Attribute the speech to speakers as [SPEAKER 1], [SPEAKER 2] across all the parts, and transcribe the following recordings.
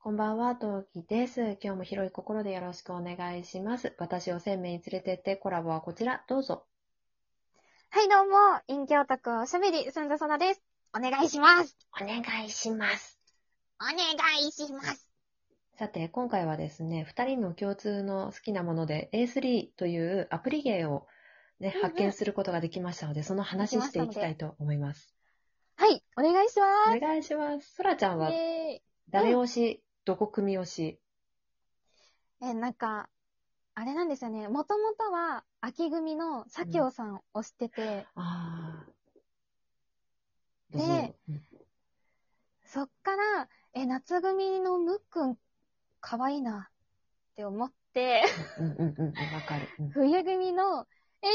[SPEAKER 1] こんばんは、トウキです。今日も広い心でよろしくお願いします。私を鮮明に連れてってコラボはこちら、どうぞ。
[SPEAKER 2] はい、どうも、陰キャオタクおしゃべり、すんざそなです。お願いします。
[SPEAKER 1] お願いします。
[SPEAKER 2] お願いします。
[SPEAKER 1] さて、今回はですね、2人の共通の好きなもので A3 というアプリゲーを、ね
[SPEAKER 2] うんうん
[SPEAKER 1] 発見することができましたので、その話していきたいと思います。
[SPEAKER 2] はい、お願いし
[SPEAKER 1] お
[SPEAKER 2] ま
[SPEAKER 1] 願いします。そらちゃんは
[SPEAKER 2] す。え
[SPEAKER 1] 誰推し、どこ組推し
[SPEAKER 2] ー、えなんか、あれなんですよね。もともとは、秋組の左京さんを推してて、
[SPEAKER 1] ああ。
[SPEAKER 2] ねえそっから、え、夏組のむっくん、かわいいな、って思って、
[SPEAKER 1] うんうんうんうん、わかる。うん
[SPEAKER 2] 冬組の、え、ひ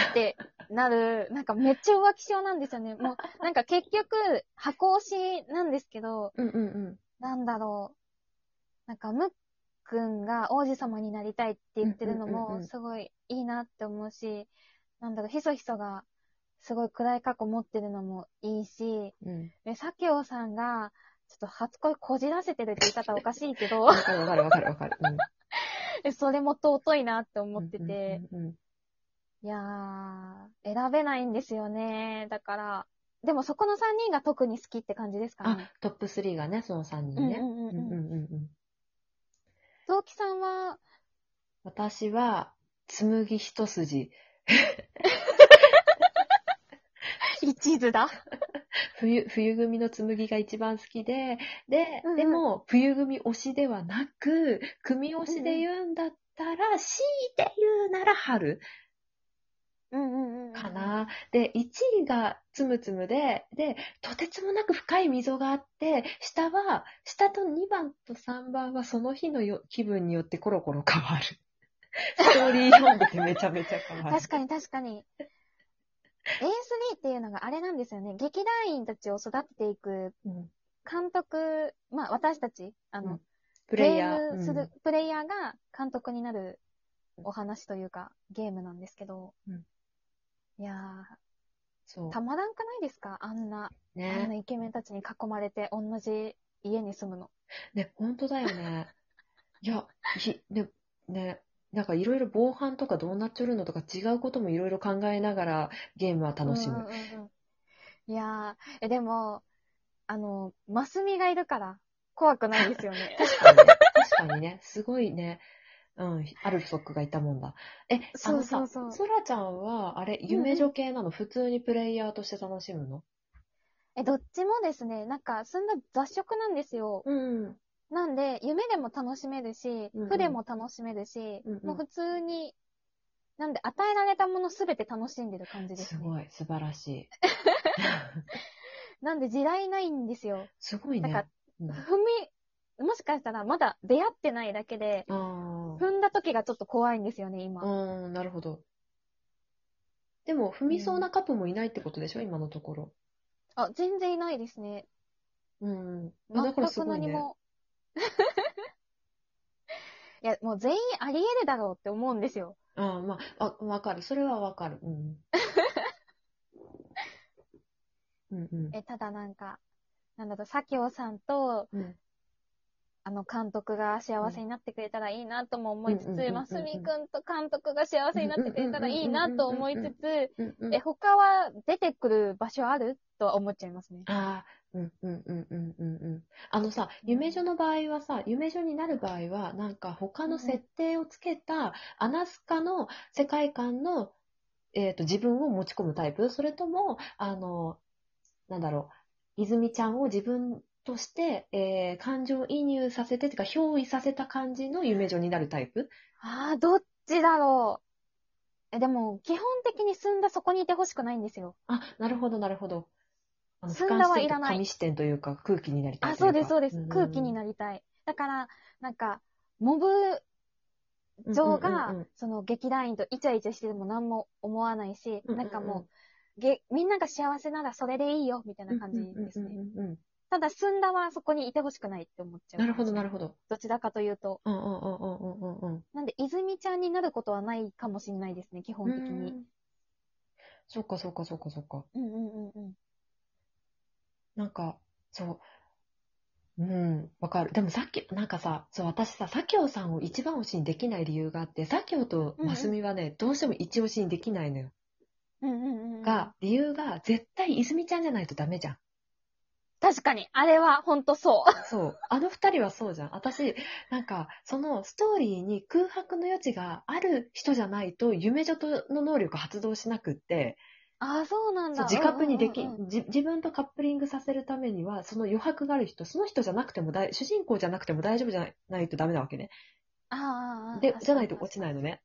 [SPEAKER 2] そひそってなる、なんかめっちゃ浮気症なんですよね。もう、なんか結局、箱推しなんですけど、
[SPEAKER 1] うんうんうん。
[SPEAKER 2] なんだろう。なんか、ムックンが王子様になりたいって言ってるの
[SPEAKER 1] うんうんうんう
[SPEAKER 2] も、
[SPEAKER 1] ん
[SPEAKER 2] すごいいいなって思うし、なんだろう、ひそひそが、すごい暗い過去持ってるのもいいし、
[SPEAKER 1] うん。
[SPEAKER 2] で、サケオさんが、ちょっと初恋こじらせてるって言い方おかしいけど
[SPEAKER 1] わ、かるわかるわかるわかる。うん
[SPEAKER 2] えそれも尊いなって思ってて、
[SPEAKER 1] うんうんうん
[SPEAKER 2] いやー、選べないんですよね。だから、でもそこの3人が特に好きって感じですか
[SPEAKER 1] あ
[SPEAKER 2] ね。、
[SPEAKER 1] トップ3がね、その3
[SPEAKER 2] うん
[SPEAKER 1] 人
[SPEAKER 2] うん
[SPEAKER 1] ね。
[SPEAKER 2] う
[SPEAKER 1] うん
[SPEAKER 2] ん
[SPEAKER 1] う
[SPEAKER 2] うん。
[SPEAKER 1] んうんうん
[SPEAKER 2] 同期さんは、
[SPEAKER 1] 私は、紬一筋。
[SPEAKER 2] 一途だ。
[SPEAKER 1] 冬、冬組の紬が一番好きで、で
[SPEAKER 2] うんう、ん
[SPEAKER 1] でも、冬組推しではなく、組推しで言うんだったら、強いて言うなら春
[SPEAKER 2] うんうんうん。
[SPEAKER 1] か。な。で、1位がつむつむで、で、とてつもなく深い溝があって、下は、下と2番と3番はその日のよ気分によってコロコロ変 わる。ストーリー読んでてめちゃめちゃ変わる。
[SPEAKER 2] 確かに確かに。ASD っていうのがあれなんですよね。劇団員たちを育てていく
[SPEAKER 1] うん
[SPEAKER 2] 監督、まあ私たち、あの、
[SPEAKER 1] うんプレイヤー。
[SPEAKER 2] ゲームす
[SPEAKER 1] うん
[SPEAKER 2] る、プレイヤーが監督になるお話というか、ゲームなんですけど、
[SPEAKER 1] うん
[SPEAKER 2] いや
[SPEAKER 1] そ
[SPEAKER 2] ー、たまらんかないですかあんな、
[SPEAKER 1] う。
[SPEAKER 2] あんな
[SPEAKER 1] ね。
[SPEAKER 2] イケメンたちに囲まれて、同じ家に住むの。
[SPEAKER 1] ね、本当だよね。いや、ひ、ね、ね、なんかいろいろ防犯とかどうなっちゃるのとか違うこともいろいろ考えながらゲームは楽しむ。
[SPEAKER 2] うんうんうんうんいやー、え、でも、あの、マスミがいるから、怖くないですよね。
[SPEAKER 1] 確かにね。確かに ね。すごいね。うん。アルソックがいたもんだ。え、あ
[SPEAKER 2] そ
[SPEAKER 1] の
[SPEAKER 2] うそ
[SPEAKER 1] さ
[SPEAKER 2] う、そう。
[SPEAKER 1] そらちゃんは、あれ、夢女系なの普通にプレイヤーとして楽しむの
[SPEAKER 2] え、どっちもですね、なんか、そんな雑食なんですよ。
[SPEAKER 1] うん。
[SPEAKER 2] なんで、夢でも楽しめるし
[SPEAKER 1] うんうん、
[SPEAKER 2] 不でも楽しめるし
[SPEAKER 1] うんうん、
[SPEAKER 2] もう普通に、なんで、与えられたものすべて楽しんでる感じですすね。
[SPEAKER 1] ごい。素晴らしい。
[SPEAKER 2] なんで、地雷ないんですよ。
[SPEAKER 1] すごい
[SPEAKER 2] な
[SPEAKER 1] ね
[SPEAKER 2] んか。
[SPEAKER 1] うんあ
[SPEAKER 2] 踏み、もしかしたら、まだ出会ってないだけで、
[SPEAKER 1] ー
[SPEAKER 2] 踏んだ時がちょっと怖いんですよね、今。
[SPEAKER 1] うん、なるほど。でも、踏みそうなカップもいないってことでしょ今のところ。
[SPEAKER 2] あ、全然いないですね。
[SPEAKER 1] うん。あ
[SPEAKER 2] 全
[SPEAKER 1] だからす
[SPEAKER 2] く
[SPEAKER 1] ごい
[SPEAKER 2] 何
[SPEAKER 1] ね。
[SPEAKER 2] も。 いや、もう全員あり得るだろうって思うんですよ。
[SPEAKER 1] あーまあ、あわかる。それはわかる。 うん。うんうん。
[SPEAKER 2] え、ただなんか、なんだろう、佐京さんと、
[SPEAKER 1] うん
[SPEAKER 2] あの、監督が幸せになってくれたらいいなとも思い
[SPEAKER 1] うんう
[SPEAKER 2] つ
[SPEAKER 1] んうんうんう
[SPEAKER 2] つ、
[SPEAKER 1] ん
[SPEAKER 2] ますみくんと監督が幸せになってくれたらいいなと思いつつ、
[SPEAKER 1] うんうん
[SPEAKER 2] え、他は出てくる場所あるとは思っちゃいますね。
[SPEAKER 1] ああ、うんうんうんうんうんうん。あのさ、夢女の場合はさ、夢女になる場合は、なんか他の設定をつけた、アナスカの世界観の、えっと、自分を持ち込むタイプそれとも、あの、なんだろう、泉ちゃんを自分として、えー感情移入させて、てか、憑依させた感じの夢女になるタイプ
[SPEAKER 2] ああ、どっちだろう。え、でも、基本的に住んだそこにいてほしくないんですよ。
[SPEAKER 1] あ、なるほど、なるほど。あの、俯
[SPEAKER 2] すん
[SPEAKER 1] 瞰
[SPEAKER 2] だは
[SPEAKER 1] して
[SPEAKER 2] いらない
[SPEAKER 1] 紙視点というか、空気になりたい
[SPEAKER 2] あ、
[SPEAKER 1] とい
[SPEAKER 2] そうう
[SPEAKER 1] か。
[SPEAKER 2] です、そうです。空気になりたい。だから、なんか、モブ
[SPEAKER 1] うんうん
[SPEAKER 2] 上
[SPEAKER 1] うんう
[SPEAKER 2] が
[SPEAKER 1] ん、
[SPEAKER 2] その劇団員とイチャイチャしてても何も思わないし、
[SPEAKER 1] うんうんうん
[SPEAKER 2] なんかもう、げみんなが幸せならそれでいいよ、みたいな感じです
[SPEAKER 1] うんう
[SPEAKER 2] ね。
[SPEAKER 1] んうんうん
[SPEAKER 2] ただ、すんだはそこにいてほしくないって思っちゃう。
[SPEAKER 1] なるほど、なるほ
[SPEAKER 2] ほ
[SPEAKER 1] ど。
[SPEAKER 2] ど。どちらかというと。
[SPEAKER 1] うんうんうんうんうんうんうん。
[SPEAKER 2] なんで、泉ちゃんになることはないかもしれないですね、基本的に。。
[SPEAKER 1] そっかそっかそっかそっか。
[SPEAKER 2] うんうんうんうん。
[SPEAKER 1] なんか、そう。うん、わかる。でもさっき、なんかさ、そう、私さ、左京さんを一番推しにできない理由があって、左京と
[SPEAKER 2] うんうん
[SPEAKER 1] 真澄はね、どうしても一押しにできないのよ。
[SPEAKER 2] うんうんうん。
[SPEAKER 1] が、理由が、絶対泉ちゃんじゃないとダメじゃ ん。
[SPEAKER 2] 確かに、あれはほんとそう。
[SPEAKER 1] そう。あの二人はそうじゃん。私、なんか、そのストーリーに空白の余地がある人じゃないと、夢女との能力発動しなくって、
[SPEAKER 2] ああ、そうなん
[SPEAKER 1] そう
[SPEAKER 2] だ。
[SPEAKER 1] 自覚にでき、
[SPEAKER 2] うんうんうん
[SPEAKER 1] じ自分とカップリングさせるためには、その余白がある人、その人じゃなくても大、主人公じゃなくても大丈夫じゃないないとダメなわけね。
[SPEAKER 2] ああああ、
[SPEAKER 1] で、じゃないと落ちないのね。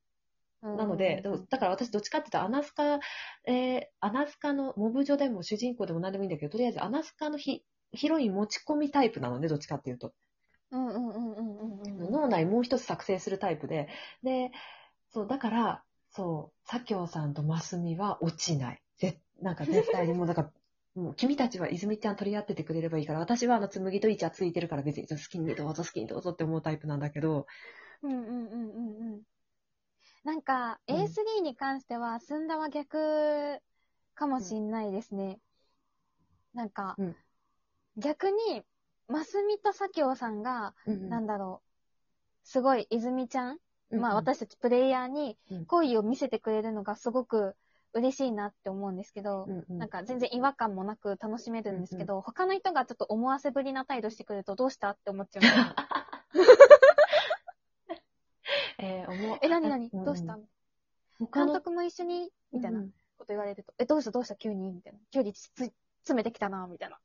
[SPEAKER 2] な
[SPEAKER 1] なので、どうだから私どっちかって言ったらアナスカ、えーアナスカのモブ女でも主人公でも何でもいいんだけど、とりあえずアナスカのヒヒロイン持ち込みタイプなのね、どっちかっていうと。
[SPEAKER 2] うんうんうんうんうんうんうん。
[SPEAKER 1] 脳内もう一つ作成するタイプで。で、そう、だから、そう、左京さんと真澄は落ちない。ぜなんか絶対にもう、だから、 もう君たちは泉ちゃん取り合っててくれればいいから、私はあの紬とイチャついてるから別に好きにどうぞ好きにどうぞって思うタイプなんだけど、
[SPEAKER 2] うんうんうんうんうん。なんか、
[SPEAKER 1] うん
[SPEAKER 2] A3 に関しては、すんだは逆かもしんないですね。なんか、
[SPEAKER 1] うん
[SPEAKER 2] 逆に、マスミと佐京さんが、なんだろう、すごい泉ちゃん、まあ私たちプレイヤーに
[SPEAKER 1] うん
[SPEAKER 2] 恋を見せてくれるのがすごく嬉しいなって思うんですけど、
[SPEAKER 1] うんうん、
[SPEAKER 2] なんか全然違和感もなく楽しめるんですけど、他の人がちょっと思わせぶりな態度してくるとどうしたって思っちゃうんですよ。
[SPEAKER 1] えー思う
[SPEAKER 2] え、なにな
[SPEAKER 1] んん
[SPEAKER 2] にどうした
[SPEAKER 1] 他
[SPEAKER 2] 監
[SPEAKER 1] の
[SPEAKER 2] 督も一緒にみたいな
[SPEAKER 1] う
[SPEAKER 2] こ
[SPEAKER 1] ん
[SPEAKER 2] と言われると、え、どうしたどうした急にみたいな。距離つつ詰めてきたなみたいな。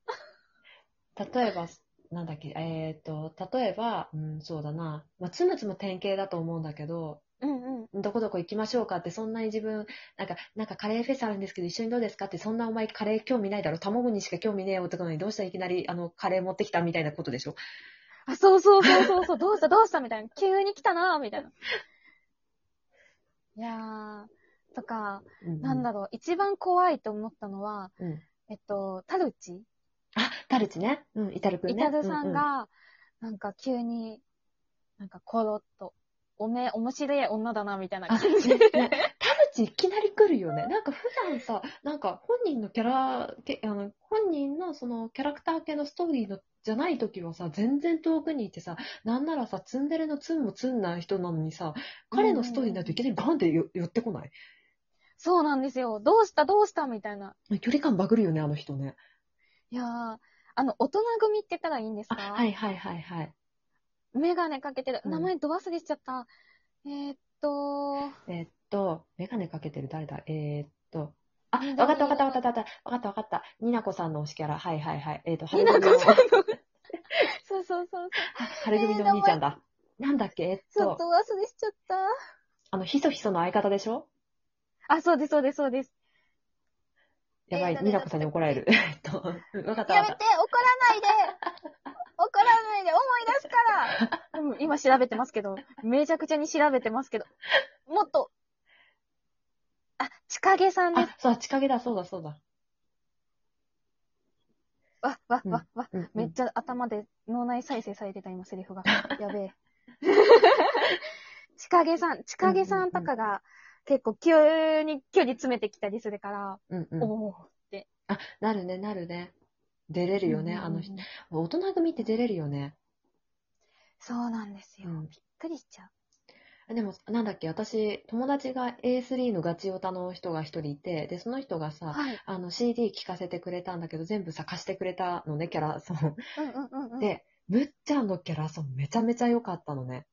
[SPEAKER 1] 例えば、なんだっけ、えっ、と、例えば、うん、そうだな、まあ、つむつむ典型だと思うんだけど、
[SPEAKER 2] うんうん。
[SPEAKER 1] どこどこ行きましょうかって、そんなに自分、なんか、なんかカレーフェスあるんですけど、一緒にどうですかって、そんなお前カレー興味ないだろ、卵にしか興味ねえよってことに、どうしたいきなり、あの、カレー持ってきたみたいなことでしょ。
[SPEAKER 2] あ、そうそうそうそうそう、どうしたどうしたみたいな。急に来たなみたいな。 いやー、とか、なんだ
[SPEAKER 1] ろ
[SPEAKER 2] ろう、一番怖いと思ったのは、
[SPEAKER 1] う、ん。
[SPEAKER 2] えっと、タルチ
[SPEAKER 1] あ、タルチね。うん、イタルくん
[SPEAKER 2] イ
[SPEAKER 1] ね。
[SPEAKER 2] タルさん
[SPEAKER 1] う
[SPEAKER 2] が、なんか急に、なんかコロッと、おめえ面白い女だな、みたいな
[SPEAKER 1] あ
[SPEAKER 2] 感じ
[SPEAKER 1] ねねタルチいきなり来るよね。なんか普段さ、なんか本人のキャラ、けあの本人のそのキャラクター系のストーリーのじゃない時はさ、全然遠くにいてさ、なんならさ、ツンデレのツンもツンない人なのにさ、彼のストーリーになるといきなりバンってよ寄ってこない
[SPEAKER 2] そうなんですよ。どうしたどうしたみたいな。
[SPEAKER 1] 距離感バグるよね、あの人ね。
[SPEAKER 2] いやー、あの、大人組って言ったらいいんです
[SPEAKER 1] あ、
[SPEAKER 2] か
[SPEAKER 1] はいはいはいはい。
[SPEAKER 2] メガネかけてる。
[SPEAKER 1] うん
[SPEAKER 2] 名前ど忘れしちゃった。えーっと、
[SPEAKER 1] えーっと、メガネかけてる誰だえーっと、あ、
[SPEAKER 2] 緑
[SPEAKER 1] わかったわかったわかったわかった。わかったわかった。になこさんの推しキャラ。はいはいはい。えーっと、
[SPEAKER 2] ひなこさん
[SPEAKER 1] は
[SPEAKER 2] の。そうそうそう。
[SPEAKER 1] 春組のお兄ちゃんだ。なんだっけえーっ
[SPEAKER 2] ちょっ
[SPEAKER 1] と
[SPEAKER 2] と、忘れしちゃった。
[SPEAKER 1] あの、ひそひその相方でしょ
[SPEAKER 2] あ、そうです、そうです、そうです。
[SPEAKER 1] やば
[SPEAKER 2] えー
[SPEAKER 1] い、
[SPEAKER 2] と
[SPEAKER 1] みなこさんに怒られる。えっと、わかった
[SPEAKER 2] や
[SPEAKER 1] わ
[SPEAKER 2] めて
[SPEAKER 1] か
[SPEAKER 2] 怒
[SPEAKER 1] っ
[SPEAKER 2] らない で怒らないで思い出すからうん今調べてますけど、めちゃくちゃに調べてますけど、もっと、あ、ちかげさん
[SPEAKER 1] た。
[SPEAKER 2] です。
[SPEAKER 1] あ、そう、近毛だ、そうだ、そうだ。
[SPEAKER 2] わ、わ、
[SPEAKER 1] うん
[SPEAKER 2] わ、わ。
[SPEAKER 1] うん、
[SPEAKER 2] めっちゃ頭で脳内再生されてた、今、セリ フが。やべえ。 ちかげさん、ちかげさんとかが、結構急に距離詰めてきたりするから、
[SPEAKER 1] うん
[SPEAKER 2] お
[SPEAKER 1] うん。
[SPEAKER 2] おーって。
[SPEAKER 1] あ、なるね、なるね。出れるよね、あの人。
[SPEAKER 2] うん。
[SPEAKER 1] 大人組って出れるよね。
[SPEAKER 2] そうなんですよ。
[SPEAKER 1] う
[SPEAKER 2] びっ
[SPEAKER 1] ん。
[SPEAKER 2] くりしちゃう。
[SPEAKER 1] でも、なんだっけ、私、友達が A3 のガチオタの人が一人いて、で、その人がさ、
[SPEAKER 2] はい。
[SPEAKER 1] あの、CD 聴かせてくれたんだけど、全部さ、貸してくれたのね、キャラソン。
[SPEAKER 2] うんうんうんうん。
[SPEAKER 1] で、むっちゃんのキャラソンめちゃめちゃ良かったのね。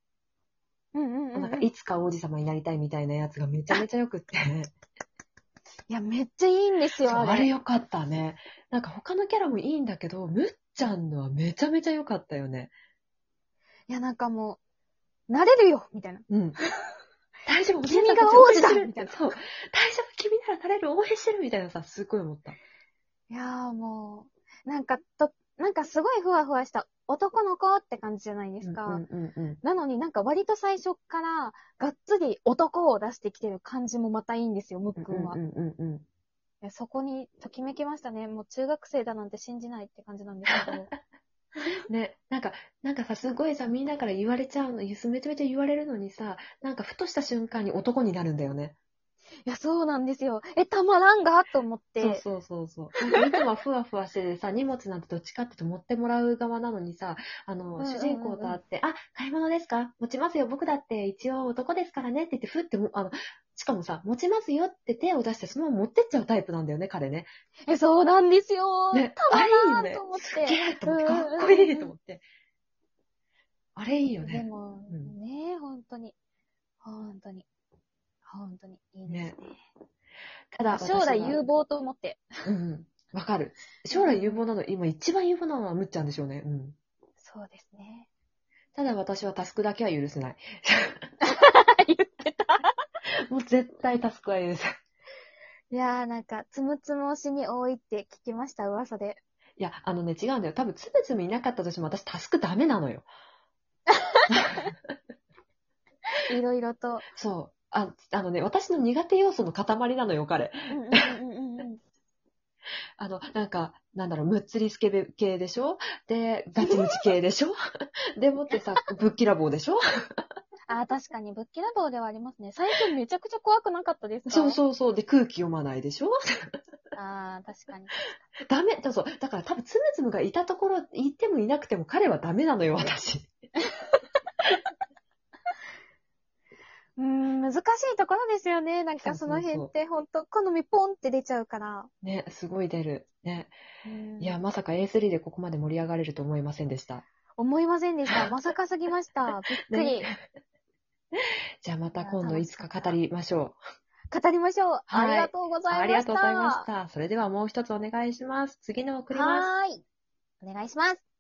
[SPEAKER 2] うんうんうんうん、
[SPEAKER 1] なんか、いつか王子様になりたいみたいなやつがめちゃめちゃ良く って。
[SPEAKER 2] いや、めっちゃいいんです
[SPEAKER 1] そう
[SPEAKER 2] よ、
[SPEAKER 1] あ
[SPEAKER 2] あ
[SPEAKER 1] れ
[SPEAKER 2] れ。
[SPEAKER 1] 良かったね。なんか他のキャラもいいんだけど、むっちゃんのはめちゃめちゃ良かったよね。
[SPEAKER 2] いや、なんかもう、慣れるよみたいな。
[SPEAKER 1] うん。 大丈夫、
[SPEAKER 2] 君が
[SPEAKER 1] お姉さんたち応援
[SPEAKER 2] 王子だ
[SPEAKER 1] してる
[SPEAKER 2] みたいな
[SPEAKER 1] そう。大丈夫、君ならなれる、応援してるみたいなさ、すごい思った。
[SPEAKER 2] いやーもう、なんか、と、なんかすごいふわふわした男の子って感じじゃないですか。
[SPEAKER 1] うんうんうんうん。
[SPEAKER 2] なのになんか割と最初から、がっつり男を出してきてる感じもまたいいんですよ、ムックンは。
[SPEAKER 1] う
[SPEAKER 2] い
[SPEAKER 1] んうんうん
[SPEAKER 2] やそこに、ときめきましたね。もう中学生だなんて信じないって感じなんです けど。
[SPEAKER 1] うん。ね、なんか、なんかさ、すごいさ、みんなから言われちゃうの、ゆすめちゃめちゃ言われるのにさ、なんかふとした瞬間に男になるんだよね。
[SPEAKER 2] や、そうなんですよ。え、たまらんがと思って。
[SPEAKER 1] そうそうそうそう。なんかいつもはふわふわしててさ、荷物なんてどっちかっていうと持ってもらう側なのにさ、あの、
[SPEAKER 2] んうんうん
[SPEAKER 1] 主人公と会って、あ、買い物ですか持ちますよ。僕だって一応男ですからねって言って、ふっても、あの、しかもさ、持ちますよって手を出してそのまま持ってっちゃうタイプなんだよね、彼ね。
[SPEAKER 2] え、そうなんですよ。
[SPEAKER 1] ね
[SPEAKER 2] たまら
[SPEAKER 1] あれいい
[SPEAKER 2] ん
[SPEAKER 1] よね
[SPEAKER 2] と思っ
[SPEAKER 1] すげ
[SPEAKER 2] て。
[SPEAKER 1] えと思って、
[SPEAKER 2] うん
[SPEAKER 1] か
[SPEAKER 2] うん
[SPEAKER 1] っ
[SPEAKER 2] うん
[SPEAKER 1] こいいと思って。あれいいよ
[SPEAKER 2] で
[SPEAKER 1] ね。
[SPEAKER 2] も、
[SPEAKER 1] うん
[SPEAKER 2] ねえ、本当に。本当に。本当に。いいですね。
[SPEAKER 1] ただ、
[SPEAKER 2] 将来有
[SPEAKER 1] 望。
[SPEAKER 2] 望と思って。
[SPEAKER 1] うんうん。わかる。将来有望なの、今一番有望なのはむっちゃんでしょうね。うん。
[SPEAKER 2] そうですね。
[SPEAKER 1] ただ私はタスクだけは許せない。もう絶対タスクは許せない。
[SPEAKER 2] いやーなんか、つむつむ推しに多いって聞きました、噂で。
[SPEAKER 1] いや、あのね、違うんだよ。多分、つぶつぶいなかったとしても、私、タスクダメなのよ。
[SPEAKER 2] いろいろと。
[SPEAKER 1] そう。ああのね、私の苦手要素の塊なのよ、彼。
[SPEAKER 2] うんうんうんうんうん
[SPEAKER 1] あの、なんか、なんだろう、むっつりスケベ系でしょで、ガチムチ系でしょ でもってさ、ぶっきらぼうでしょ
[SPEAKER 2] あー、確かに、ぶっきらぼうではありますね。最初めちゃくちゃ怖くなかったですか
[SPEAKER 1] そうそうそう。で、空気読まないでしょ
[SPEAKER 2] ああ、確かに。
[SPEAKER 1] ダメ。そうそう。だから多分、つむつむがいたところ、いてもいなくても、彼はダメなのよ、私。
[SPEAKER 2] うーん、難しいところですよね。なんか
[SPEAKER 1] そ
[SPEAKER 2] そう
[SPEAKER 1] そうそ
[SPEAKER 2] の
[SPEAKER 1] う
[SPEAKER 2] 辺ってほんと、好みポンって出ちゃうから。
[SPEAKER 1] ね、すごい出る。ね。
[SPEAKER 2] うん
[SPEAKER 1] いや、まさか A3 でここまで盛り上がれると思いませんでした。
[SPEAKER 2] 思いませんで した。まさかすぎま した。びっくり。
[SPEAKER 1] じゃあまた
[SPEAKER 2] いや
[SPEAKER 1] 今度いつか語りましょう。
[SPEAKER 2] 語りましょう。
[SPEAKER 1] はい
[SPEAKER 2] ありがとうございました。
[SPEAKER 1] ありがとうございました。それではもう一つお願いします。次のを送ります。
[SPEAKER 2] はーい。お願いします。